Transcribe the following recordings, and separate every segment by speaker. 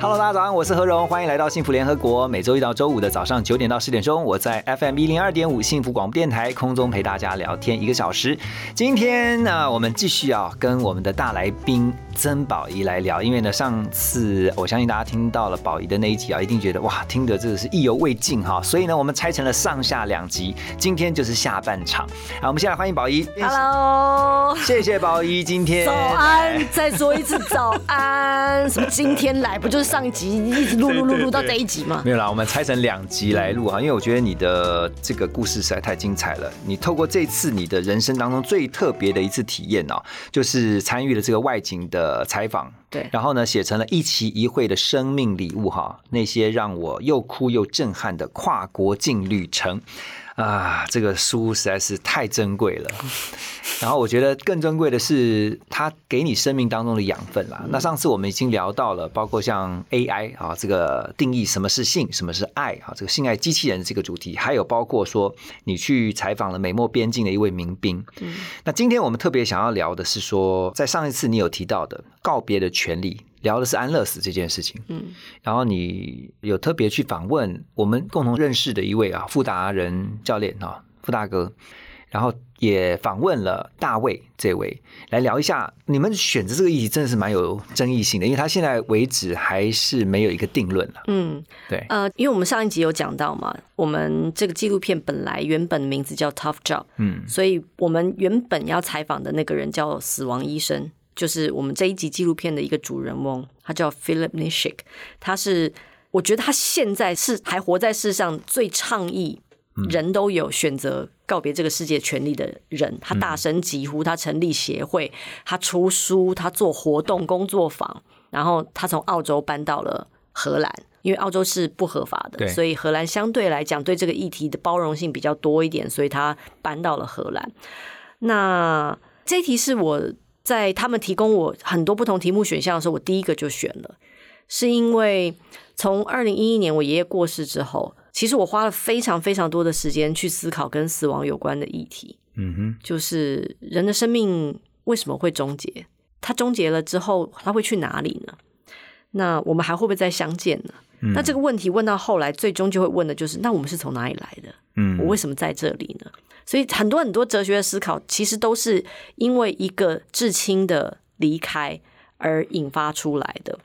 Speaker 1: Hello，大家早安，我是何荣，欢迎来到幸福联合国。每周一到周五的早上九点到十点钟，我在 FM 一零二点五幸福广播电台空中陪大家聊天一个小时。今天呢，我们继续啊，跟我们的大来宾曾宝仪来聊，因为呢，上次我相信大家听到了宝仪的那一集啊，一定觉得哇，听得真的是意犹未尽哈、所以呢，我们拆成了上下两集，今天就是下半场。好，我们先来欢迎宝仪。
Speaker 2: Hello，
Speaker 1: 谢谢宝仪，今天
Speaker 2: 早安，再说一次早安。什么今天来不就是上一集一直录录录录到这一集吗？
Speaker 1: 没有啦，我们拆成两集来录哈，因为我觉得你的这个故事实在太精彩了。你透过这次你的人生当中最特别的一次体验哦，就是参与了这个外景的采访，
Speaker 2: 对，
Speaker 1: 然后呢写成了一期一会的生命礼物哈，那些让我又哭又震撼的跨国境旅程。啊，这个书实在是太珍贵了。 然后我觉得更珍贵的是它给你生命当中的养分啦。那上次我们已经聊到了，包括像 AI 啊，这个定义什么是性，什么是爱啊，这个性爱机器人这个主题，还有包括说你去采访了美墨边境的一位民兵。那今天我们特别想要聊的是说，在上一次你有提到的告别的权利。聊的是安乐死这件事情，
Speaker 2: 嗯，
Speaker 1: 然后你有特别去访问我们共同认识的一位啊，富达人教练啊，富大哥，然后也访问了大卫这位，来聊一下你们选择这个议题真的是蛮有争议性的，因为他现在为止还是没有一个定论了。
Speaker 2: 嗯，
Speaker 1: 对，
Speaker 2: 呃，因为我们上一集有讲到嘛，我们这个纪录片本来原本名字叫 Tough Job，
Speaker 1: 嗯
Speaker 2: 所以我们原本要采访的那个人叫死亡医生，就是我们这一集纪录片的一个主人翁，他叫 Philip Nishik，他是我觉得他现在是还活在世上最倡议人都有选择告别这个世界权利的人，他大声疾呼，他成立协会，他出书，他做活动工作坊，然后他从澳洲搬到了荷兰。因为澳洲是不合法
Speaker 1: 对
Speaker 2: 的，所以荷兰相对来讲对这个议题的包容性比较多一点，所以他搬到了荷兰。那这一题是我在他们提供我很多不同题目选项的时候，我第一个就选了，是因为从二零一一年我爷爷过世之后，其实我花了非常非常多的时间去思考跟死亡有关的议题，
Speaker 1: 嗯哼，
Speaker 2: 就是人的生命为什么会终结？它终结了之后，它会去哪里呢？那我们还会不会再相见呢？那这个问题问到后来，最终就会问的就是：那我们是从哪里来的？
Speaker 1: 嗯
Speaker 2: 我为什么在这里呢？所以很多很多哲学的思考，其实都是因为一个至亲的离开而引发出来的。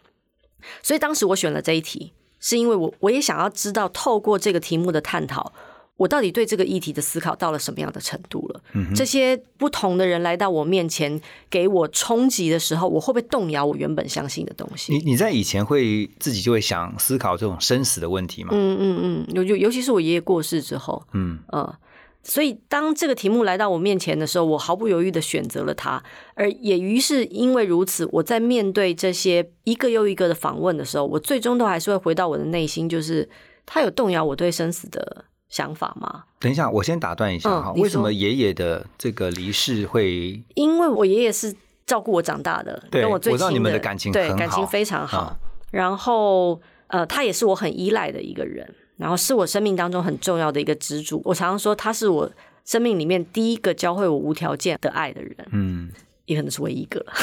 Speaker 2: 所以当时我选了这一题，是因为我我也想要知道，透过这个题目的探讨，我到底对这个议题的思考到了什么样的程度了？
Speaker 1: 嗯
Speaker 2: 这些不同的人来到我面前，给我冲击的时候，我会不会动摇我原本相信的东西？
Speaker 1: 你你在以前会自己就会想思考这种生死的问题吗？
Speaker 2: 嗯嗯嗯，尤尤尤其是我爷爷过世之后，
Speaker 1: 嗯
Speaker 2: 嗯，所以当这个题目来到我面前的时候，我毫不犹豫的选择了它，而也于是因为如此，我在面对这些一个又一个的访问的时候，我最终都还是会回到我的内心，就是它有动摇我对生死的想法吗？
Speaker 1: 等一下，我先打断一下
Speaker 2: 嗯
Speaker 1: 哈，
Speaker 2: 你
Speaker 1: 为什
Speaker 2: 说
Speaker 1: 么爷爷的这个离世会
Speaker 2: 因为我爷爷是照顾我长大的，
Speaker 1: 对
Speaker 2: 跟我最
Speaker 1: 我
Speaker 2: 亲
Speaker 1: 知道你们的感情
Speaker 2: 对
Speaker 1: 很
Speaker 2: 感情
Speaker 1: 好
Speaker 2: 非常好。
Speaker 1: 啊
Speaker 2: 然后呃，他也是我很依赖的一个人，然后是我生命当中很重要的一个支柱。我常常说他是我生命里面第一个教会我无条件的爱的人，
Speaker 1: 嗯
Speaker 2: 也可能是唯一一个了。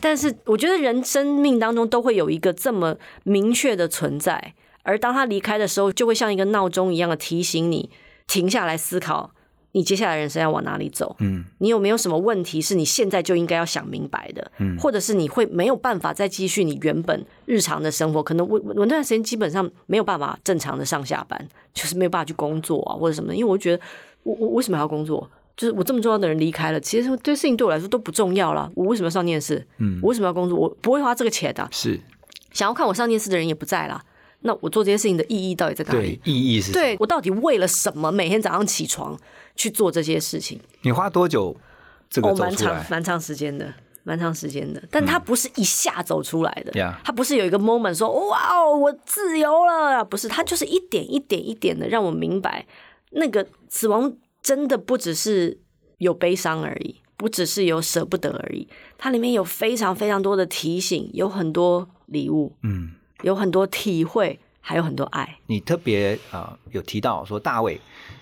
Speaker 2: 但是我觉得人生命当中都会有一个这么明确的存在，而当他离开的时候，就会像一个闹钟一样的提醒你停下来思考，你接下来人生要往哪里走。
Speaker 1: 嗯
Speaker 2: 你有没有什么问题是你现在就应该要想明白的？
Speaker 1: 嗯
Speaker 2: 或者是你会没有办法再继续你原本日常的生活？可能我我我那段时间基本上没有办法正常的上下班，就是没有办法去工作啊或者什么的，因为我觉得我我我为什么还要工作？就是我这么重要的人离开了，其实对事情对我来说都不重要了。我为什么要上电视？
Speaker 1: 嗯
Speaker 2: 我为什么要工作？我不会花这个钱的、
Speaker 1: 是
Speaker 2: 想要看我上电视的人也不在啦。那我做这些事情的意义到底在哪里
Speaker 1: 对？，意义是什么
Speaker 2: 对我到底为了什么每天早上起床去做这些事情？
Speaker 1: 你花多久这个
Speaker 2: 哦，
Speaker 1: 走
Speaker 2: 蛮
Speaker 1: 出
Speaker 2: 长
Speaker 1: 来？嗯
Speaker 2: 蛮长时间的，蛮长时间的。但它不是一下走出来的，
Speaker 1: Yeah
Speaker 2: 它不是有一个 moment 说哇哦我自由了，不是，它就是一点一点一点的让我明白，那个死亡真的不只是有悲伤而已，不只是有舍不得而已，它里面有非常非常多的提醒，有很多礼物，
Speaker 1: 嗯，
Speaker 2: 有很多体会，还有很多爱。
Speaker 1: 你特别啊、有提到说大卫，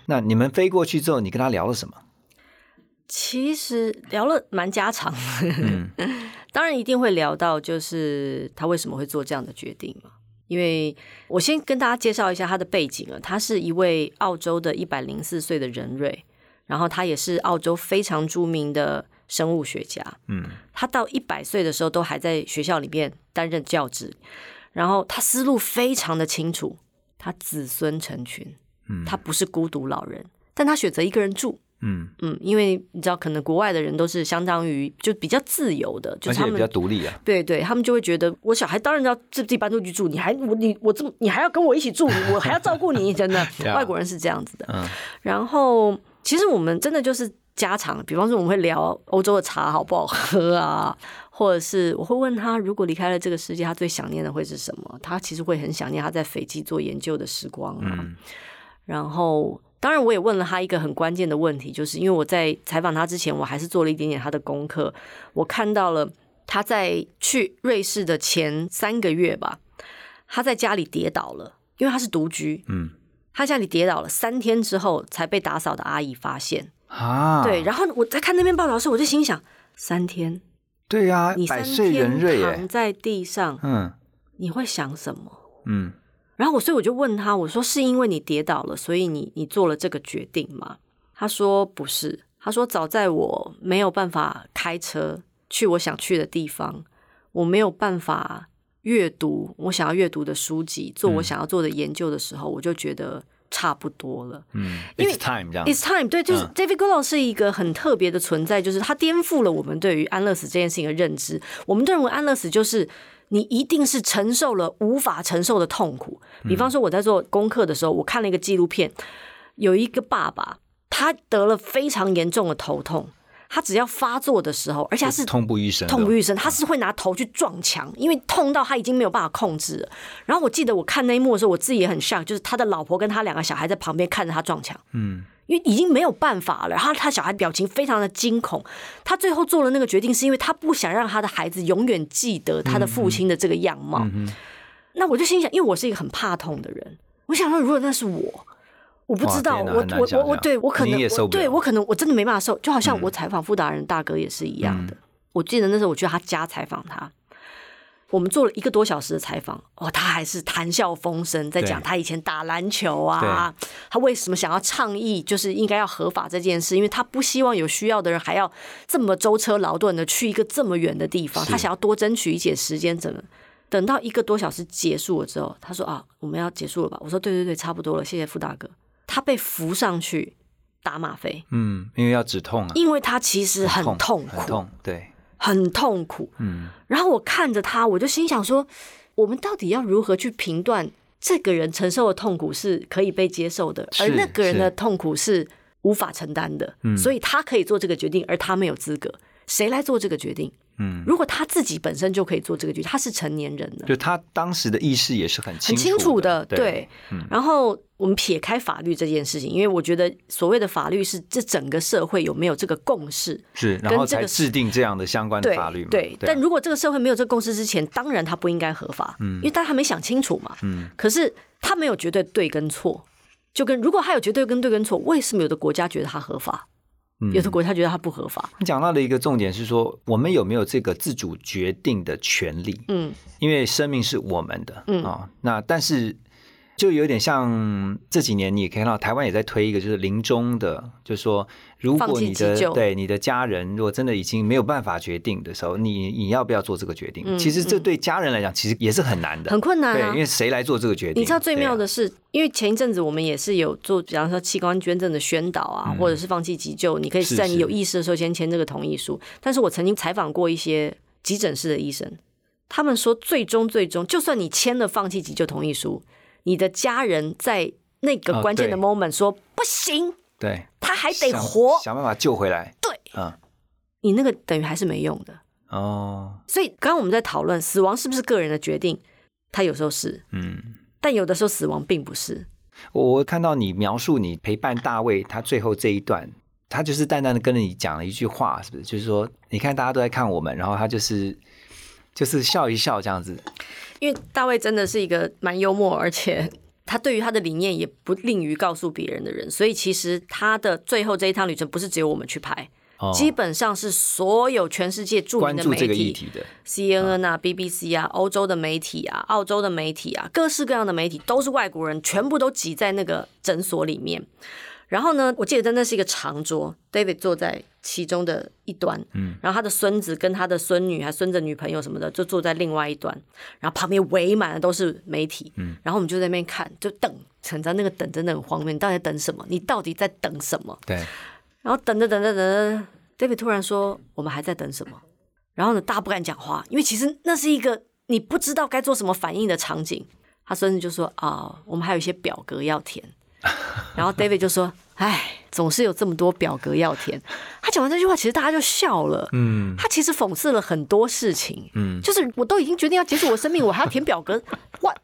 Speaker 1: 那你们飞过去之后，你跟他聊了什么？
Speaker 2: 其实聊了蛮家常的， 当然一定会聊到就是他为什么会做这样的决定嘛。因为我先跟大家介绍一下他的背景啊，他是一位澳洲的一百零四岁的人瑞，然后他也是澳洲非常著名的生物学家。
Speaker 1: 嗯，
Speaker 2: 他到一百岁的时候都还在学校里面担任教职，然后他思路非常的清楚，他子孙成群，
Speaker 1: 嗯
Speaker 2: 他不是孤独老人，但他选择一个人住。
Speaker 1: 嗯，
Speaker 2: 嗯，因为你知道，可能国外的人都是相当于就比较自由的，就
Speaker 1: 而
Speaker 2: 是
Speaker 1: 且
Speaker 2: 他
Speaker 1: 也比
Speaker 2: 们
Speaker 1: 较独立啊。
Speaker 2: 对对，他们就会觉得我小孩当然要自自己搬出去住，你还我你我这么你还要跟我一起住，我还要照顾你， 真的
Speaker 1: Yeah
Speaker 2: 外国人是这样子的。
Speaker 1: 嗯
Speaker 2: 然后其实我们真的就是家常，比方说我们会聊欧洲的茶好不好喝啊，或者是我会问他，如果离开了这个世界，他最想念的会是什么？他其实会很想念他在斐济做研究的时光啊。
Speaker 1: 嗯
Speaker 2: 然后，当然我也问了他一个很关键的问题，就是因为我在采访他之前，我还是做了一点点他的功课。我看到了他在去瑞士的前三个月吧，他在家里跌倒了，因为他是独居，
Speaker 1: 嗯
Speaker 2: 他家里跌倒了三天之后才被打扫的阿姨发现。
Speaker 1: 啊，
Speaker 2: 对，然后我在看那篇报道的时候，我就心想：三天，
Speaker 1: 对啊
Speaker 2: 你，三
Speaker 1: 百岁人瑞
Speaker 2: 天躺
Speaker 1: 耶，
Speaker 2: 在地上，
Speaker 1: 嗯
Speaker 2: 你会想什么？
Speaker 1: 嗯
Speaker 2: 然后我，所以我就问他，我说是因为你跌倒了，所以你你做了这个决定吗？他说不是，他说早在我没有办法开车去我想去的地方，我没有办法阅读我想要阅读的书籍，做我想要做的研究的时候，我就觉得差不多了。
Speaker 1: 嗯
Speaker 2: 因为
Speaker 1: ，It's time 这样
Speaker 2: It's time，对，就是
Speaker 1: 嗯
Speaker 2: David Goodall 是一个很特别的存在，就是他颠覆了我们对于安乐死这件事情的认知。我们认为安乐死就是你一定是承受了无法承受的痛苦。
Speaker 1: 嗯
Speaker 2: 比方说我在做功课的时候，我看了一个纪录片，有一个爸爸他得了非常严重的头痛，他只要发作的时候，而且他是
Speaker 1: 痛嗯不欲生，
Speaker 2: 痛不欲生，他是会拿头去撞墙，因为痛到他已经没有办法控制了。然后我记得我看那一幕的时候，我自己也很 shock，就是他的老婆跟他两个小孩在旁边看着他撞墙。
Speaker 1: 嗯，
Speaker 2: 因为已经没有办法了，然后他小孩表情非常的惊恐。他最后做了那个决定，是因为他不想让他的孩子永远记得他的父亲的这个样
Speaker 1: 嗯
Speaker 2: 貌。那我就心想，因为我是一个很怕痛的人，我想说，如果那是我，我不知道，
Speaker 1: 哇天哪
Speaker 2: 我
Speaker 1: 很难
Speaker 2: 我
Speaker 1: 想
Speaker 2: 我我
Speaker 1: 象
Speaker 2: 对我可能
Speaker 1: 你也受
Speaker 2: 我
Speaker 1: 不了嗯
Speaker 2: 对我可能我真的没办法受，就好像我采访富达人大哥也是一样的。我记得那时候我去他家采访他，我们做了一个多小时的采访，哦，他还是谈笑风生，在讲
Speaker 1: 对
Speaker 2: 他以前打篮球啊，他为什么想要倡议就是应该要合法这件事，因为他不希望有需要的人还要这么舟车劳顿的去一个这么远的地方，
Speaker 1: 是
Speaker 2: 他想要多争取一些时间，怎么？等到一个多小时结束了之后，他说啊，我们要结束了吧？我说对对对，差不多了，谢谢傅大哥。他被扶上去打吗啡，
Speaker 1: 嗯，因为要止痛啊，
Speaker 2: 因为他其实很痛苦，
Speaker 1: 很痛，对，
Speaker 2: 很痛苦。
Speaker 1: 嗯
Speaker 2: 然后我看着他，我就心想说，我们到底要如何去评断这个人承受的痛苦是可以被接受的，
Speaker 1: 是嗯
Speaker 2: 而那个人的痛苦是无法承担的，所以他可以做这个决定，而他没有资格。谁来做这个决定？
Speaker 1: 嗯，
Speaker 2: 如果他自己本身就可以做这个决定，他是成年人呢，
Speaker 1: 就他当时的意识也是很
Speaker 2: 很
Speaker 1: 清
Speaker 2: 清楚
Speaker 1: 的，嗯
Speaker 2: 的，对。然后我们撇开法律这件事情，因为我觉得所谓的法律是这整个社会有没有这个共识，
Speaker 1: 是，然后
Speaker 2: 跟这
Speaker 1: 才
Speaker 2: 个
Speaker 1: 制定这样的相关的
Speaker 2: 对
Speaker 1: 法律嘛，
Speaker 2: 对，
Speaker 1: 啊
Speaker 2: 但如果这个社会没有这个共识之前，当然它不应该合法，因为大家还没想清楚嘛。
Speaker 1: 嗯
Speaker 2: 可是它没有绝对对跟错，就跟如果它有绝对跟对跟错，为什么有的国家觉得它合法，
Speaker 1: 嗯
Speaker 2: 有的国家觉得它不合法？
Speaker 1: 你讲到的一个重点是说，我们有没有这个自主决定的权利？
Speaker 2: 嗯，
Speaker 1: 因为生命是我们的，
Speaker 2: 嗯
Speaker 1: 啊、那但是就有点像这几年你也可以看到，台湾也在推一个就是临终的，就是说如
Speaker 2: 放
Speaker 1: 果
Speaker 2: 弃
Speaker 1: 你
Speaker 2: 急
Speaker 1: 的
Speaker 2: 救
Speaker 1: 对你的家人如果真的已经没有办法决定的时候，你你要不要做这个决定？
Speaker 2: 嗯
Speaker 1: 其实这对家人来讲，其实也是很难的，
Speaker 2: 很困难
Speaker 1: 对，
Speaker 2: 啊
Speaker 1: 因。为谁来做这个决定？
Speaker 2: 你知道最妙
Speaker 1: 对啊
Speaker 2: 的是，因为前一阵子我们也是有做，比方说器官捐赠的宣导啊，或者是放弃急救，你可以
Speaker 1: 嗯是
Speaker 2: 在你
Speaker 1: 是
Speaker 2: 有意识的时候先签这个同意书。但是我曾经采访过一些急诊室的医生，他们说，最终最终，就算你签了放弃急救同意书，你的家人在那个
Speaker 1: 哦
Speaker 2: 关键的
Speaker 1: 对
Speaker 2: moment 说、不行，
Speaker 1: 对，
Speaker 2: 他还得
Speaker 1: 想
Speaker 2: 活，
Speaker 1: 想办法救回来。
Speaker 2: 对，
Speaker 1: 嗯，
Speaker 2: 你那个等于还是没用的。
Speaker 1: 哦，
Speaker 2: 所以刚刚我们在讨论死亡是不是个人的决定，他有时候是，
Speaker 1: 嗯，
Speaker 2: 但有的时候死亡并不是。
Speaker 1: 我我看到你描述你陪伴大卫，他最后这一段，他就是淡淡的跟你讲了一句话，是不是？就是说，你看大家都在看我们，然后他就是就是笑一笑这样子。
Speaker 2: 因为大卫真的是一个蛮幽默，而且 他对于他的理念也不吝于告诉别人的人，所以其实他的最后这一趟旅程不是只有我们去拍，
Speaker 1: 哦，
Speaker 2: 基本上是所有全世界著名
Speaker 1: 关
Speaker 2: 的
Speaker 1: 注
Speaker 2: 媒
Speaker 1: 这个
Speaker 2: 体
Speaker 1: 议题的，
Speaker 2: CNN 啊、BBC 啊、欧洲的媒体啊、澳洲的媒体啊，各式各样的媒体都是外国人，全部都挤在那个诊所里面。然后呢，我记得那是一个长桌，David 坐在其中的一端，嗯，然后他的孙子跟他的孙女还孙子女朋友什么的就坐在另外一端，然后旁边围满的都是媒体，嗯，然后我们就在那边看，就等，陈真那个等真的很荒谬，你到底在等什么？你到底在等什么？
Speaker 1: 对，
Speaker 2: 然后等着等着等着，David 突然说：“我们还在等什么？”然后呢，大家不敢讲话，因为其实那是一个你不知道该做什么反应的场景。他孙子就说：“啊，我们还有一些表格要填。”然后 David 就说：“哎，总是有这么多表格要填。”他讲完这句话，其实大家就笑了。
Speaker 1: 嗯，
Speaker 2: 他其实讽刺了很多事情。
Speaker 1: 嗯
Speaker 2: 就是我都已经决定要结束我的生命，我还要填表格，what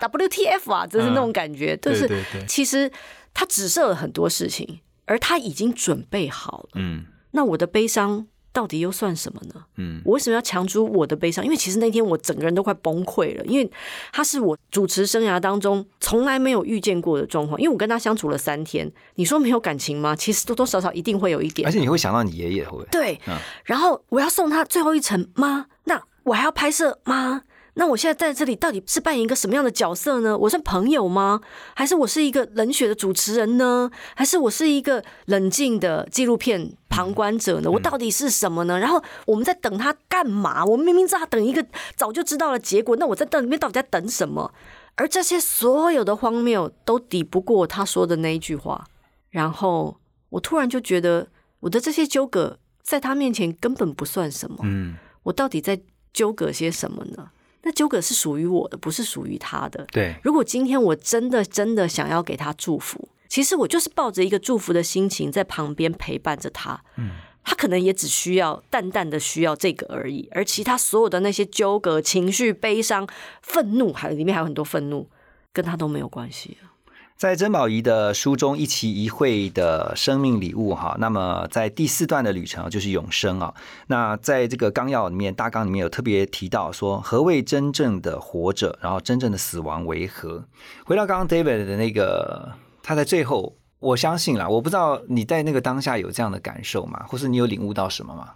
Speaker 2: WTF 啊？就是那种感觉，就是
Speaker 1: 嗯对对
Speaker 2: 其实他指涉了很多事情，而他已经准备好了。
Speaker 1: 嗯
Speaker 2: 那我的悲伤到底又算什么呢？
Speaker 1: 嗯
Speaker 2: 我为什么要强出我的悲伤？因为其实那天我整个人都快崩溃了，因为他是我主持生涯当中从来没有遇见过的状况。因为我跟他相处了三天，你说没有感情吗？其实多多少少一定会有一点
Speaker 1: 而。且你嗯会想到你爷爷，会不会？
Speaker 2: 对，然后我要送他最后一程吗？那我还要拍摄吗？那我现在在这里到底是扮演一个什么样的角色呢？我是朋友吗？还是我是一个冷血的主持人呢？还是我是一个冷静的纪录片旁观者呢？我到底是什么呢？然后我们在等他干嘛？我们明明知道他等一个早就知道了结果，那我在等里面到底在等什么？而这些所有的荒谬都抵不过他说的那一句话。然后我突然就觉得，我的这些纠葛在他面前根本不算什么。
Speaker 1: 嗯，
Speaker 2: 我到底在纠葛些什么呢？那纠葛是属于我的，不是属于他的。
Speaker 1: 对，
Speaker 2: 如果今天我真的真的想要给他祝福，其实我就是抱着一个祝福的心情在旁边陪伴着他。嗯，他可能也只需要淡淡的需要这个而已，而其他所有的那些纠葛、情绪、悲伤、愤怒，还有里面还有很多愤怒，跟他都没有关系了。
Speaker 1: 在珍宝仪的书中，一期一会的生命礼物哈。那么在第四段的旅程就是永生啊。那在这个纲要里面，大纲里面有特别提到说，何谓真正的活着，然后真正的死亡为何？回到刚刚 David 的那个，他在最后，我相信啦，我不知道你在那个当下有这样的感受吗？或是你有领悟到什么吗？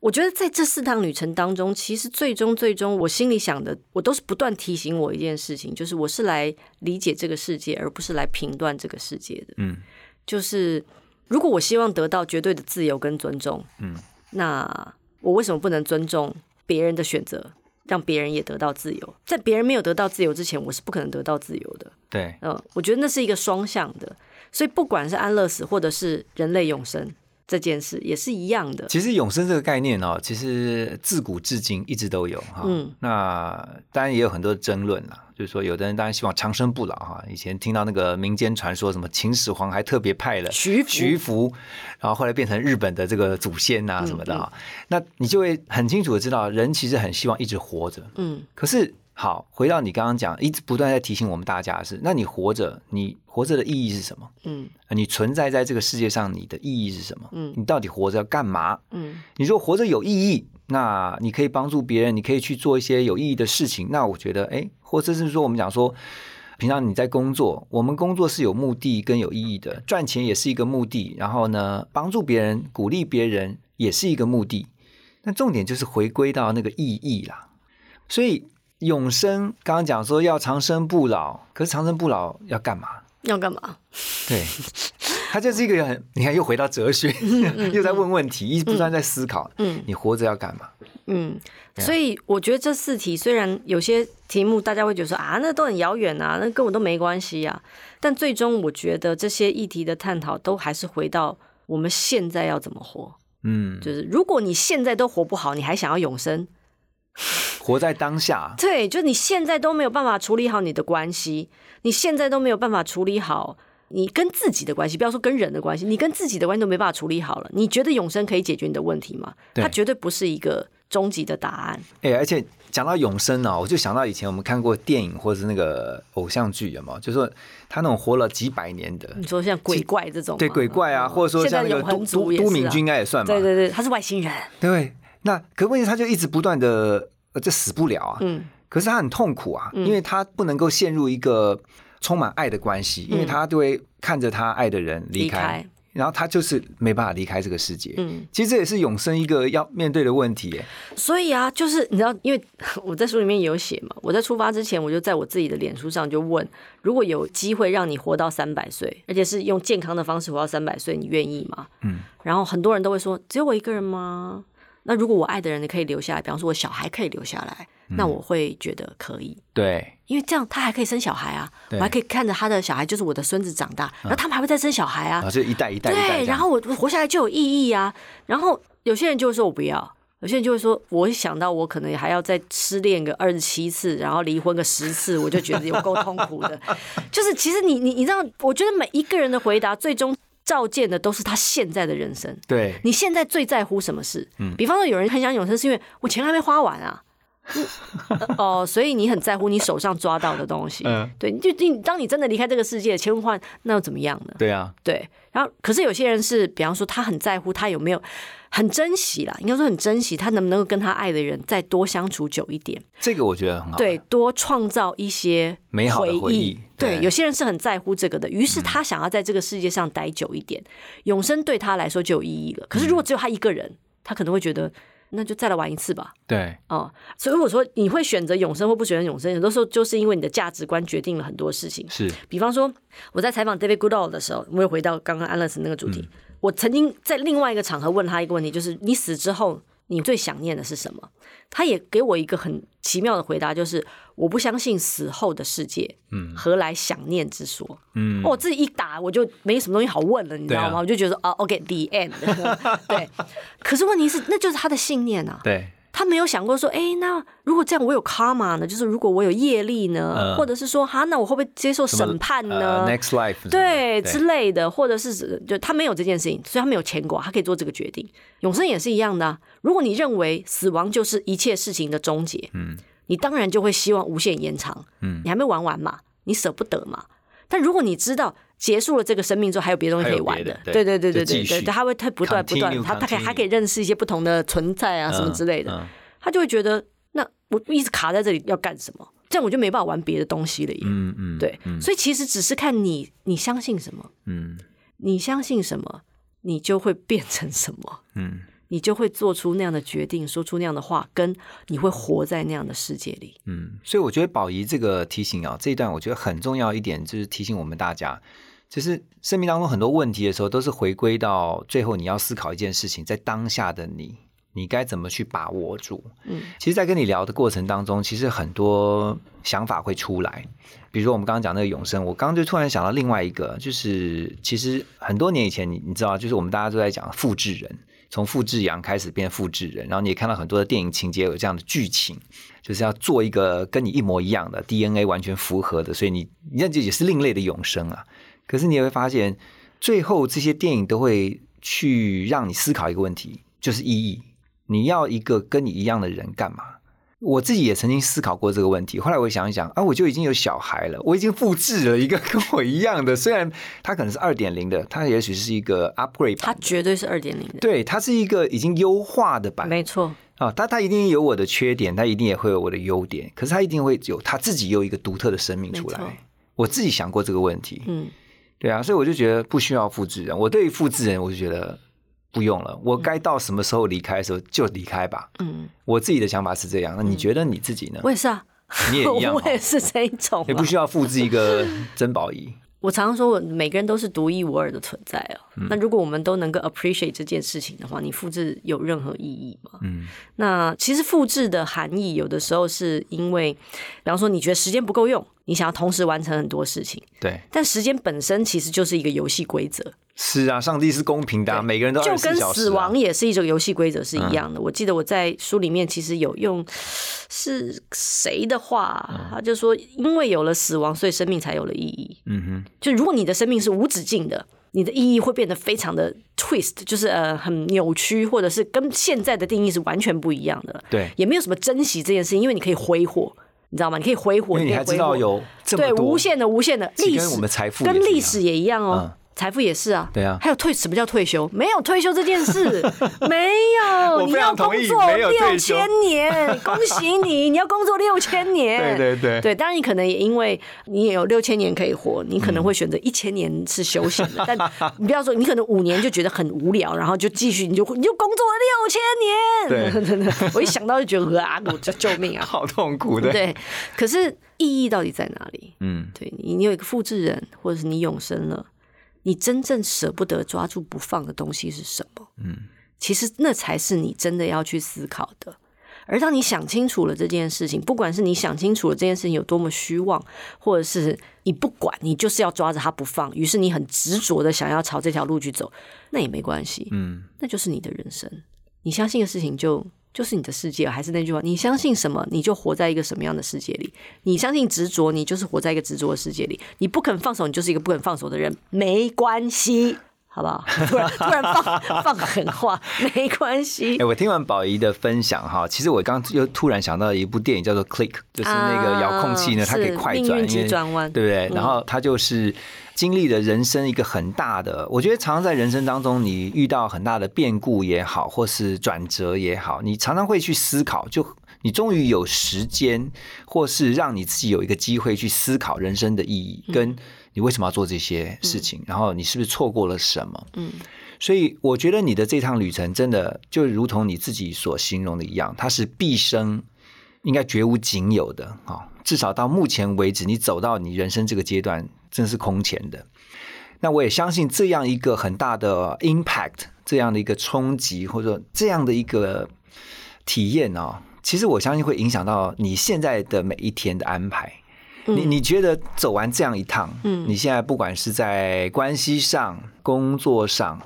Speaker 2: 我觉得在这四趟旅程当中，其实最终最终，我心里想的，我都是不断提醒我一件事情，就是我是来理解这个世界，而不是来评断这个世界的。
Speaker 1: 嗯，
Speaker 2: 就是如果我希望得到绝对的自由跟尊重，
Speaker 1: 嗯，
Speaker 2: 那我为什么不能尊重别人的选择，让别人也得到自由？在别人没有得到自由之前，我是不可能得到自由的。
Speaker 1: 对，
Speaker 2: 嗯，我觉得那是一个双向的，所以不管是安乐死或者是人类永生这件事，也是一样的。
Speaker 1: 其实永生这个概念哦，其实自古至今一直都有哈。
Speaker 2: 嗯，
Speaker 1: 那当然也有很多争论啦，就是说有的人当然希望长生不老哈。以前听到那个民间传说，什么秦始皇还特别派了
Speaker 2: 徐福
Speaker 1: 徐福，然后后来变成日本的这个祖先
Speaker 2: 嗯
Speaker 1: 呐、什么的哈。那你就会很清楚的知道，人其实很希望一直活着。
Speaker 2: 嗯，
Speaker 1: 可是好，回到你刚刚讲，一直不断在提醒我们大家的是，那你活着，你活着的意义是什么？
Speaker 2: 嗯
Speaker 1: 你存在在这个世界上，你的意义是什么？
Speaker 2: 嗯
Speaker 1: 你到底活着要干嘛？
Speaker 2: 嗯，
Speaker 1: 你说活着有意义，那你可以帮助别人，你可以去做一些有意义的事情。那我觉得，哎，或者是说我们讲说，平常你在工作，我们工作是有目的跟有意义的，赚钱也是一个目的，然后呢，帮助别人、鼓励别人也是一个目的。那重点就是回归到那个意义啦。所以永生刚刚讲说要长生不老，可是长生不老要干嘛？
Speaker 2: 要干嘛？
Speaker 1: 对，他就是一个很，你看又回到哲学，又在问问题，一直不断在思考。
Speaker 2: 嗯
Speaker 1: 你活着要干嘛？
Speaker 2: 嗯，所以我觉得这四题虽然有些题目大家会觉得说啊，那都很遥远啊，那跟我都没关系啊，但最终我觉得这些议题的探讨都还是回到我们现在要怎么活。
Speaker 1: 嗯，
Speaker 2: 就是如果你现在都活不好，你还想要永生，
Speaker 1: 活在当下。
Speaker 2: 对，就你现在都没有办法处理好你的关系，你现在都没有办法处理好你跟自己的关系，不要说跟人的关系，你跟自己的关系都没办法处理好了。你觉得永生可以解决你的问题吗？
Speaker 1: 对
Speaker 2: 它绝对不是一个终极的答案。
Speaker 1: 哎、而且讲到永生呢、啊我就想到以前我们看过电影或者是那个偶像剧，有没有？就是说他那种活了几百年的，
Speaker 2: 你说像鬼怪这种吗，
Speaker 1: 对鬼怪啊，
Speaker 2: 嗯
Speaker 1: 或者说
Speaker 2: 现
Speaker 1: 像
Speaker 2: 在
Speaker 1: 那个
Speaker 2: 永
Speaker 1: 都
Speaker 2: 恒族
Speaker 1: 都
Speaker 2: 也是啊
Speaker 1: 都敏君应该也算吧？
Speaker 2: 对对对，他是外星人，
Speaker 1: 对，那可问题他就一直不断的呃，这死不了啊。
Speaker 2: 嗯，
Speaker 1: 可是他很痛苦啊，因为他不能够陷入一个充满爱的关系，因为他就会看着他爱的人离
Speaker 2: 嗯离
Speaker 1: 开，
Speaker 2: 开
Speaker 1: 然后他就是没办法离开这个世界。
Speaker 2: 嗯，
Speaker 1: 其实这也是永生一个要面对的问题耶。
Speaker 2: 所以啊，就是你知道，因为 我在书里面有写嘛，我在出发之前，我就在我自己的脸书上就问，如果有机会让你活到三百岁，而且是用健康的方式活到三百岁，你愿意吗？
Speaker 1: 嗯，
Speaker 2: 然后很多人都会说，只有我一个人吗？那如果我爱的人可以留下来，比方说我小孩可以留下来，
Speaker 1: 嗯
Speaker 2: 那我会觉得可以。
Speaker 1: 对，
Speaker 2: 因为这样他还可以生小孩啊，
Speaker 1: 对嗯
Speaker 2: 我还可以看着他的小孩，就是我的孙子长大，然后他们还会再生小孩啊，
Speaker 1: 啊，就一代一代一代这
Speaker 2: 对，
Speaker 1: 样。
Speaker 2: 然后我我活下来就有意义啊。然后有些人就会说我不要，有些人就会说，我一想到我可能还要再失恋个二十七次，然后离婚个十次，我就觉得有够痛苦的。 就是其实你你你知道，我觉得每一个人的回答最终照见的都是他现在的人生。
Speaker 1: 对，
Speaker 2: 你现在最在乎什么事？比方说有人很想永生，是因为我钱还没花完啊。嗯 呃哦，所以你很在乎你手上抓到的东西，
Speaker 1: 嗯
Speaker 2: 对，你就你当你真的离开这个世界，千换那又怎么样呢？
Speaker 1: 对啊，
Speaker 2: 对，然后可是有些人是，比方说他很在乎他有没有很珍惜啦，应该说很珍惜他能不能够跟他爱的人再多相处久一点，
Speaker 1: 这个我觉得很好。
Speaker 2: 对，多创造一些
Speaker 1: 美好的
Speaker 2: 回
Speaker 1: 回忆
Speaker 2: 对，
Speaker 1: 对嗯
Speaker 2: 有些人是很在乎这个的，于是他想要在这个世界上待久一点，永生对他来说就有意义了。可是如
Speaker 1: 嗯
Speaker 2: 果只有他一个人，他可能会觉得那就再来玩一次吧。
Speaker 1: 对
Speaker 2: 哦，所以我说你会选择永生或不选择永生，很多时候就是因为你的价值观决定了很多事情。
Speaker 1: 是，
Speaker 2: 比方说，我在采访 David Goodall 的时候，我们又回到刚刚安乐死那个主题。
Speaker 1: 嗯
Speaker 2: 我曾经在另外一个场合问他一个问题，就是你死之后，你最想念的是什么？他也给我一个很奇妙的回答，就是我不相信死后的世界，嗯，何来想念之说？
Speaker 1: 嗯
Speaker 2: 哦，我自己一打我就没什么东西好问了，你知道
Speaker 1: 对
Speaker 2: 吗？
Speaker 1: 啊
Speaker 2: 我就觉得啊，OK，the、end，对。 可是问题是，那就是他的信念啊，
Speaker 1: 对
Speaker 2: 他没有想过说，哎、那如果这样我有 karma 呢？就是如果我有业力呢，
Speaker 1: 嗯
Speaker 2: 或者是说，哈，那我会不会接受审判呢？
Speaker 1: 呃，next life
Speaker 2: 对之类的，或者是就他没有这件事情，所以他没有牵挂，他可以做这个决定。永生也是一样的啊、如果你认为死亡就是一切事情的终结，
Speaker 1: 嗯，
Speaker 2: 你当然就会希望无限延长，
Speaker 1: 嗯
Speaker 2: 你还没玩完嘛，你舍不得嘛。但如果你知道结束了这个生命之后还有别的东西可以玩
Speaker 1: 还有别的对
Speaker 2: 对对对对
Speaker 1: 就继
Speaker 2: 对
Speaker 1: 续
Speaker 2: 对，他会他不断不
Speaker 1: continue，
Speaker 2: 断，他他可以
Speaker 1: continue
Speaker 2: 还可以认识一些不同的存在啊
Speaker 1: 嗯
Speaker 2: 什么之类的，
Speaker 1: 嗯
Speaker 2: 他就会觉得那我一直卡在这里要干什么？这样我就没办法玩别的东西了耶。
Speaker 1: 嗯嗯，
Speaker 2: 对，所以其实只是看你你相信什么，
Speaker 1: 嗯
Speaker 2: 你相信什么，你就会变成什么，
Speaker 1: 嗯，
Speaker 2: 你就会做出那样的决定，说出那样的话，跟你会活在那样的世界里。
Speaker 1: 嗯，所以我觉得宝仪这个提醒啊，这一段我觉得很重要一点，就是提醒我们大家，就是生命当中很多问题的时候，都是回归到最后你要思考一件事情，在当下的你，你该怎么去把握住。
Speaker 2: 嗯，
Speaker 1: 其实，在跟你聊的过程当中，其实很多想法会出来。比如说我们刚刚讲那个永生，我刚刚就突然想到另外一个，就是其实很多年以前你，你知道，就是我们大家都在讲复制人，从复制羊开始变复制人，然后你也看到很多的电影情节有这样的剧情，就是要做一个跟你一模一样的 DNA 完全符合的，所以你你那就也是另类的永生啊。可是你也会发现，最后这些电影都会去让你思考一个问题，就是意义。你要一个跟你一样的人干嘛？我自己也曾经思考过这个问题，后来我想一想啊，我就已经有小孩了，我已经复制了一个 跟我一样的，虽然他可能是二点零的，他也许是一个 upgrade
Speaker 2: 它
Speaker 1: 版，
Speaker 2: 绝对是二点零的，
Speaker 1: 对，它是一个已经优化的版
Speaker 2: 没错，
Speaker 1: 啊，但它一定有我的缺点，它一定也会有我的优点，可是它一定会有它自己有一个独特的生命出
Speaker 2: 没错
Speaker 1: 来。我自己想过这个问题，
Speaker 2: 嗯，
Speaker 1: 对啊，所以我就觉得不需要复制人。我对于复制人，我就觉得不用了。我该到什么时候离开的时候就离开吧。
Speaker 2: 嗯，
Speaker 1: 我自己的想法是这样。那你觉得你自己呢？
Speaker 2: 我也是啊，
Speaker 1: 你也一样、哦
Speaker 2: 我，也是这一种、
Speaker 1: 也
Speaker 2: 啊
Speaker 1: 不。需要复制一个珍宝仪。
Speaker 2: 我常常说，我每个人都是独一无二的存在哦。
Speaker 1: 嗯
Speaker 2: 那如果我们都能够 appreciate 这件事情的话，你复制有任何意义吗？
Speaker 1: 嗯，
Speaker 2: 那其实复制的含义，有的时候是因为，比方说你觉得时间不够用，你想要同时完成很多事情，
Speaker 1: 对，
Speaker 2: 但时间本身其实就是一个游戏规则，
Speaker 1: 是啊，上帝是公平的、啊，
Speaker 2: 对
Speaker 1: 每个人都
Speaker 2: 就
Speaker 1: 24
Speaker 2: 跟
Speaker 1: 小时、啊、嗯
Speaker 2: 死亡也是一种游戏规则是一样的。我记得我在书里面其实有用是谁的话，他就说，因为有了死亡，所以生命才有了意义。
Speaker 1: 嗯哼，
Speaker 2: 就如果你的生命是无止境的，你的意义会变得非常的 twist，就是呃很扭曲，或者是跟现在的定义是完全不一样的。
Speaker 1: 对，
Speaker 2: 也没有什么珍惜这件事情，因为你可以挥霍，你知道吗？你可以挥
Speaker 1: 因
Speaker 2: 霍，
Speaker 1: 为你
Speaker 2: 可以
Speaker 1: 还知
Speaker 2: 挥
Speaker 1: 道
Speaker 2: 霍
Speaker 1: 有这么
Speaker 2: 对
Speaker 1: 多
Speaker 2: 无限的无限的
Speaker 1: 其实
Speaker 2: 历
Speaker 1: 跟
Speaker 2: 史，
Speaker 1: 我们财富也
Speaker 2: 跟
Speaker 1: 是一
Speaker 2: 历
Speaker 1: 样
Speaker 2: 史也一样哦。
Speaker 1: 嗯
Speaker 2: 财富也是啊，
Speaker 1: 对啊
Speaker 2: 还有退什么叫退休？没有退休这件 事，没有，
Speaker 1: 我
Speaker 2: 你
Speaker 1: 非常
Speaker 2: 要工
Speaker 1: 同意
Speaker 2: 作
Speaker 1: 没有退
Speaker 2: 六
Speaker 1: 休
Speaker 2: 千年，恭喜你， 你要工作六千年，
Speaker 1: 对对对
Speaker 2: 对，当然你可能也因为你也有六千年可以活，你可能会选择一千年是休闲 的，但你不要说你可能五年就觉得很无聊，然后就继续你就你就工 作了六千年，对，我一想到就觉得啊，我救救命啊，
Speaker 1: 好痛苦的，
Speaker 2: 对，可是意义到底在哪里？
Speaker 1: 嗯，
Speaker 2: 对你，你有一个复制人，或者是你永生了，你真正舍不得抓住不放的东西是什么？
Speaker 1: 嗯，
Speaker 2: 其实那才是你真的要去思考的。而当你想清楚了这件事情，不管是你想清楚了这件事情有多么虚妄，或者是你不管，你就是要抓着它不放，于是你很执着的想要朝这条路去走，那也没关系，
Speaker 1: 嗯，
Speaker 2: 那就是你的人生。你相信的事情就就是你的世界。还是那句话，你相信什么，你就活在一个什么样的世界里。你相信执着，你就是活在一个执着的世界里。你不肯放手，你就是一个不肯放手的人。没关系，好不好？ 突然突然放放狠话，没关系
Speaker 1: 哎、。我听完宝仪的分享哈，其实我刚又突然想到一部电影叫做《Click》，就是那个遥控器呢，
Speaker 2: 啊
Speaker 1: 它可以
Speaker 2: 是
Speaker 1: 快
Speaker 2: 命
Speaker 1: 转，
Speaker 2: 运急
Speaker 1: 因为
Speaker 2: 转弯嗯
Speaker 1: 对不对？然后它就是嗯经历了人生一个很大的，我觉得常常在人生当中，你遇到很大的变故也好，或是转折也好，你常常会去思考，就你终于有时间，或是让你自己有一个机会去思考人生的意义，
Speaker 2: 嗯
Speaker 1: 跟你为什么要做这些事情，然后你是不是错过了什么？
Speaker 2: 嗯，
Speaker 1: 所以我觉得你的这趟旅程真的就如同你自己所形容的一样，它是毕生应该绝无仅有的啊、哦至少到目前为止，你走到你人生这个阶段，真是空前的。那我也相信这样一个很大的 impact，这样的一个冲击，或者这样的一个体验哦，其实我相信会影响到你现在的每一天的安排。你
Speaker 2: 嗯
Speaker 1: 你觉得走完这样一趟，嗯，你现在不管是在关系上、工作上，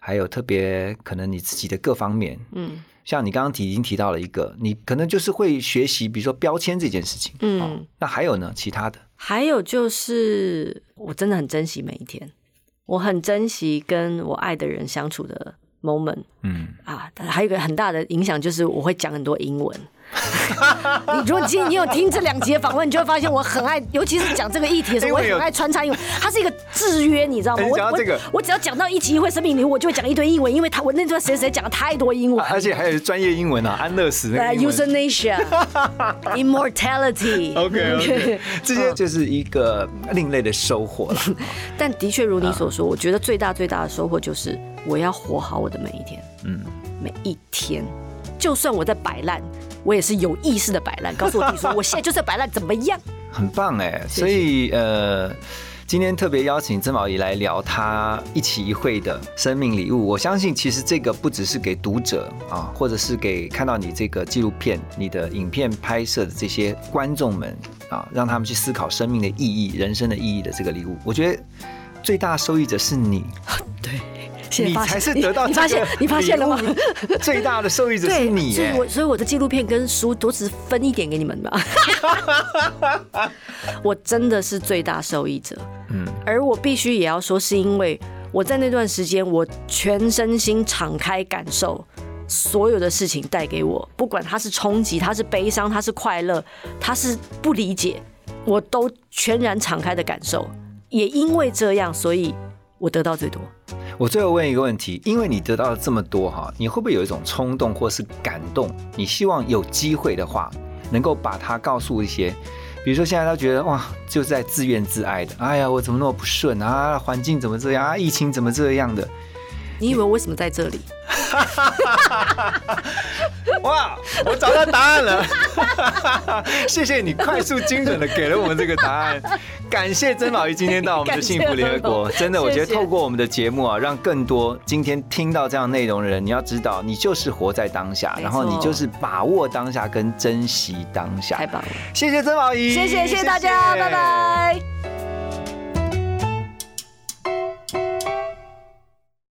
Speaker 1: 还有特别可能你自己的各方面，
Speaker 2: 嗯
Speaker 1: 像你刚刚提已经提到了一个，你可能就是会学习，比如说标签这件事情，
Speaker 2: 嗯
Speaker 1: 哦那还有呢，其他的，
Speaker 2: 还有就是，我真的很珍惜每一天，我很珍惜跟我爱的人相处的 moment。
Speaker 1: 嗯，
Speaker 2: 啊，但还有一个很大的影响就是我会讲很多英文。 你如果今天你有听这两集的访问，你就会发现我很爱，尤其是讲这个议题的时候，
Speaker 1: 哎因
Speaker 2: 我
Speaker 1: 为有
Speaker 2: 也很爱穿插英文。它是一个制约，你知道吗？
Speaker 1: 哎你
Speaker 2: 我
Speaker 1: 讲到这个
Speaker 2: 我我只要讲到一集会生命礼物，我就会讲一堆英文，因为他我那段时间实在讲了太多英文。
Speaker 1: 啊而且还有专业英文啊，安乐死那
Speaker 2: 呃
Speaker 1: 个英文。
Speaker 2: ，euthanasia、immortality。
Speaker 1: OK OK，这些就是一个另类的收获了。
Speaker 2: 但的确
Speaker 1: 嗯
Speaker 2: 如你所说，我觉得最大最大的收获就是我要活好我的每一天，
Speaker 1: 嗯，
Speaker 2: 每一天，就算我在摆烂，我也是有意识的摆 烂，告诉我自己说，我现在就是要摆烂，怎么样？
Speaker 1: 很棒哎，所以呃，今天特别邀请曾宝仪来聊他一期一会的生命礼物。我相信其实这个不只是给读者啊，或者是给看到你这个纪录片、你的影片拍摄的这些观众们啊，让他们去思考生命的意义、人生的意义的这个礼物。我觉得。最大受益者是你，
Speaker 2: 对，现在
Speaker 1: 你
Speaker 2: 发现
Speaker 1: 才是得到
Speaker 2: 你你发
Speaker 1: 这个
Speaker 2: 现你发现了吗？
Speaker 1: 礼物？最大的受益者是
Speaker 2: 对，
Speaker 1: 你
Speaker 2: 所以
Speaker 1: 耶，
Speaker 2: 我所以我的纪录片跟书都只分一点给你们 吧。我真的是最大受益者，
Speaker 1: 嗯，
Speaker 2: 而我必须也要说，是因为我在那段时间，我全身心敞开感受。所有的事情带给我，不管它是冲击，它是悲伤，它是快乐，它是不理解，我都全然敞开的感受。也因为这样，所以我得到最多。
Speaker 1: 我最后问一个问题，因为你得到了这么多哈，你会不会有一种冲动或是感动？你希望有机会的话，能够把它告诉一些，比如说现在他觉得哇，就是在自怨自艾的，哎呀，我怎么那么不顺啊，环境怎么这样啊，疫情怎么这样的。
Speaker 2: 你以为为什么在这里？
Speaker 1: 哇，我找到答案了！ 谢谢你快速精准的给了我们这个答案，感谢曾宝仪今天到我们的幸福联合国。
Speaker 2: 感谢
Speaker 1: 真的，我觉得
Speaker 2: 谢谢
Speaker 1: 透过我们的节目啊，让更多今天听到这样内容的人，你要知道，你就是活在当下，
Speaker 2: 没错
Speaker 1: 然后你就是把握当下跟珍惜当下
Speaker 2: 太。棒了，
Speaker 1: 谢谢曾宝仪，
Speaker 2: 谢谢谢谢大家，拜拜。